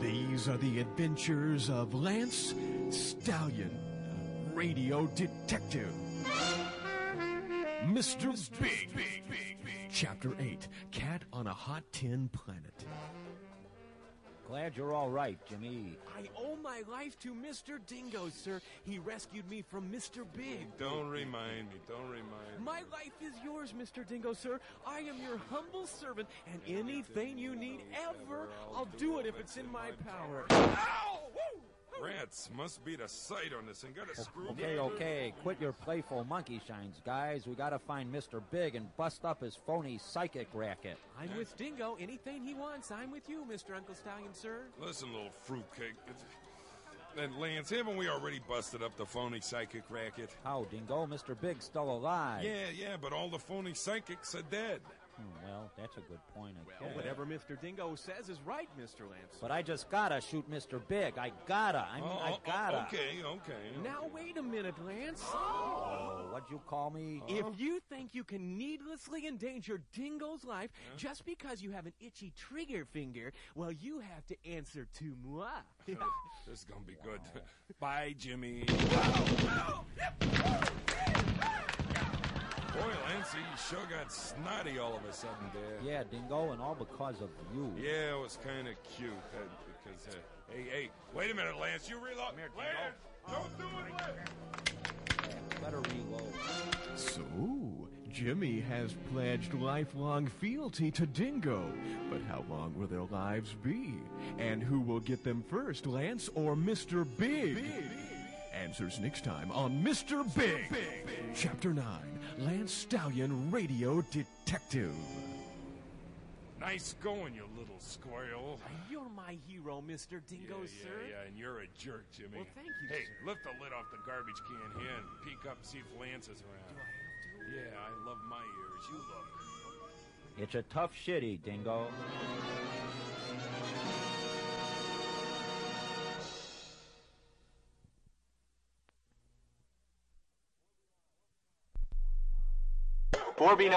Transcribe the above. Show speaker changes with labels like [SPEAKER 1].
[SPEAKER 1] These are the adventures of Lance Stallion, radio detective. Mr. Big, Chapter 8 Cat on a Hot Tin Planet.
[SPEAKER 2] Glad you're all right, Jimmy.
[SPEAKER 3] I owe my life to Mr. Dingo, sir. He rescued me from Mr. Big.
[SPEAKER 4] Don't remind me. Don't remind me.
[SPEAKER 3] My life is yours, Mr. Dingo, sir. I am your humble servant, and anything you need ever, I'll do it if it's in my power. Ow! Woo!
[SPEAKER 4] Rats must be the sight on this and got a screw.
[SPEAKER 2] Okay, okay, quit your playful monkey shines, guys. We gotta find Mr. Big and bust up his phony psychic racket.
[SPEAKER 3] I'm with Dingo. Anything he wants, I'm with you, Mr. Uncle Stallion, sir.
[SPEAKER 4] Listen, little fruitcake. It's- And Lance, haven't we already busted up the phony psychic racket?
[SPEAKER 2] How, Dingo? Mr. Big's still alive.
[SPEAKER 4] Yeah, yeah, but all the phony psychics are dead.
[SPEAKER 2] Hmm, well, that's a good point, I guess.
[SPEAKER 3] Whatever Mr. Dingo says is right, Mr. Lance.
[SPEAKER 2] But I just gotta shoot Mr. Big. I gotta. I mean,
[SPEAKER 4] Oh,
[SPEAKER 2] I
[SPEAKER 4] oh,
[SPEAKER 2] gotta.
[SPEAKER 4] Okay, okay.
[SPEAKER 3] Now, wait a minute, Lance.
[SPEAKER 2] Oh, what'd you call me?
[SPEAKER 3] If you think you can needlessly endanger Dingo's life just because you have an itchy trigger finger, well, you have to answer to moi.
[SPEAKER 4] This is gonna be good. Bye, Jimmy. Boy, Lance, he sure got snotty all of a sudden there.
[SPEAKER 2] Yeah, Dingo, and all because of you.
[SPEAKER 4] Yeah, it was kind of cute uh, because. Uh, hey, hey, wait a minute, Lance. You reload.
[SPEAKER 2] here, Dingo.
[SPEAKER 4] Lance, don't do it, Lance.
[SPEAKER 2] Better reload.
[SPEAKER 1] So, Jimmy has pledged lifelong fealty to Dingo. But how long will their lives be? And who will get them first, Lance or Mr. Big? Answers next time on Mr. Big. Chapter 9 Lance Stallion Radio Detective.
[SPEAKER 4] Nice going, you little squirrel.
[SPEAKER 3] You're my hero, Mr. Dingo,
[SPEAKER 4] yeah,
[SPEAKER 3] sir.
[SPEAKER 4] Yeah, yeah, and you're a jerk, Jimmy.
[SPEAKER 3] Well, thank you,
[SPEAKER 4] Hey,
[SPEAKER 3] sir.
[SPEAKER 4] lift the lid off the garbage can here and peek up, see if Lance is around. Yeah, I love my ears. You love them.
[SPEAKER 2] It's a tough shitty, Dingo.
[SPEAKER 5] Before we know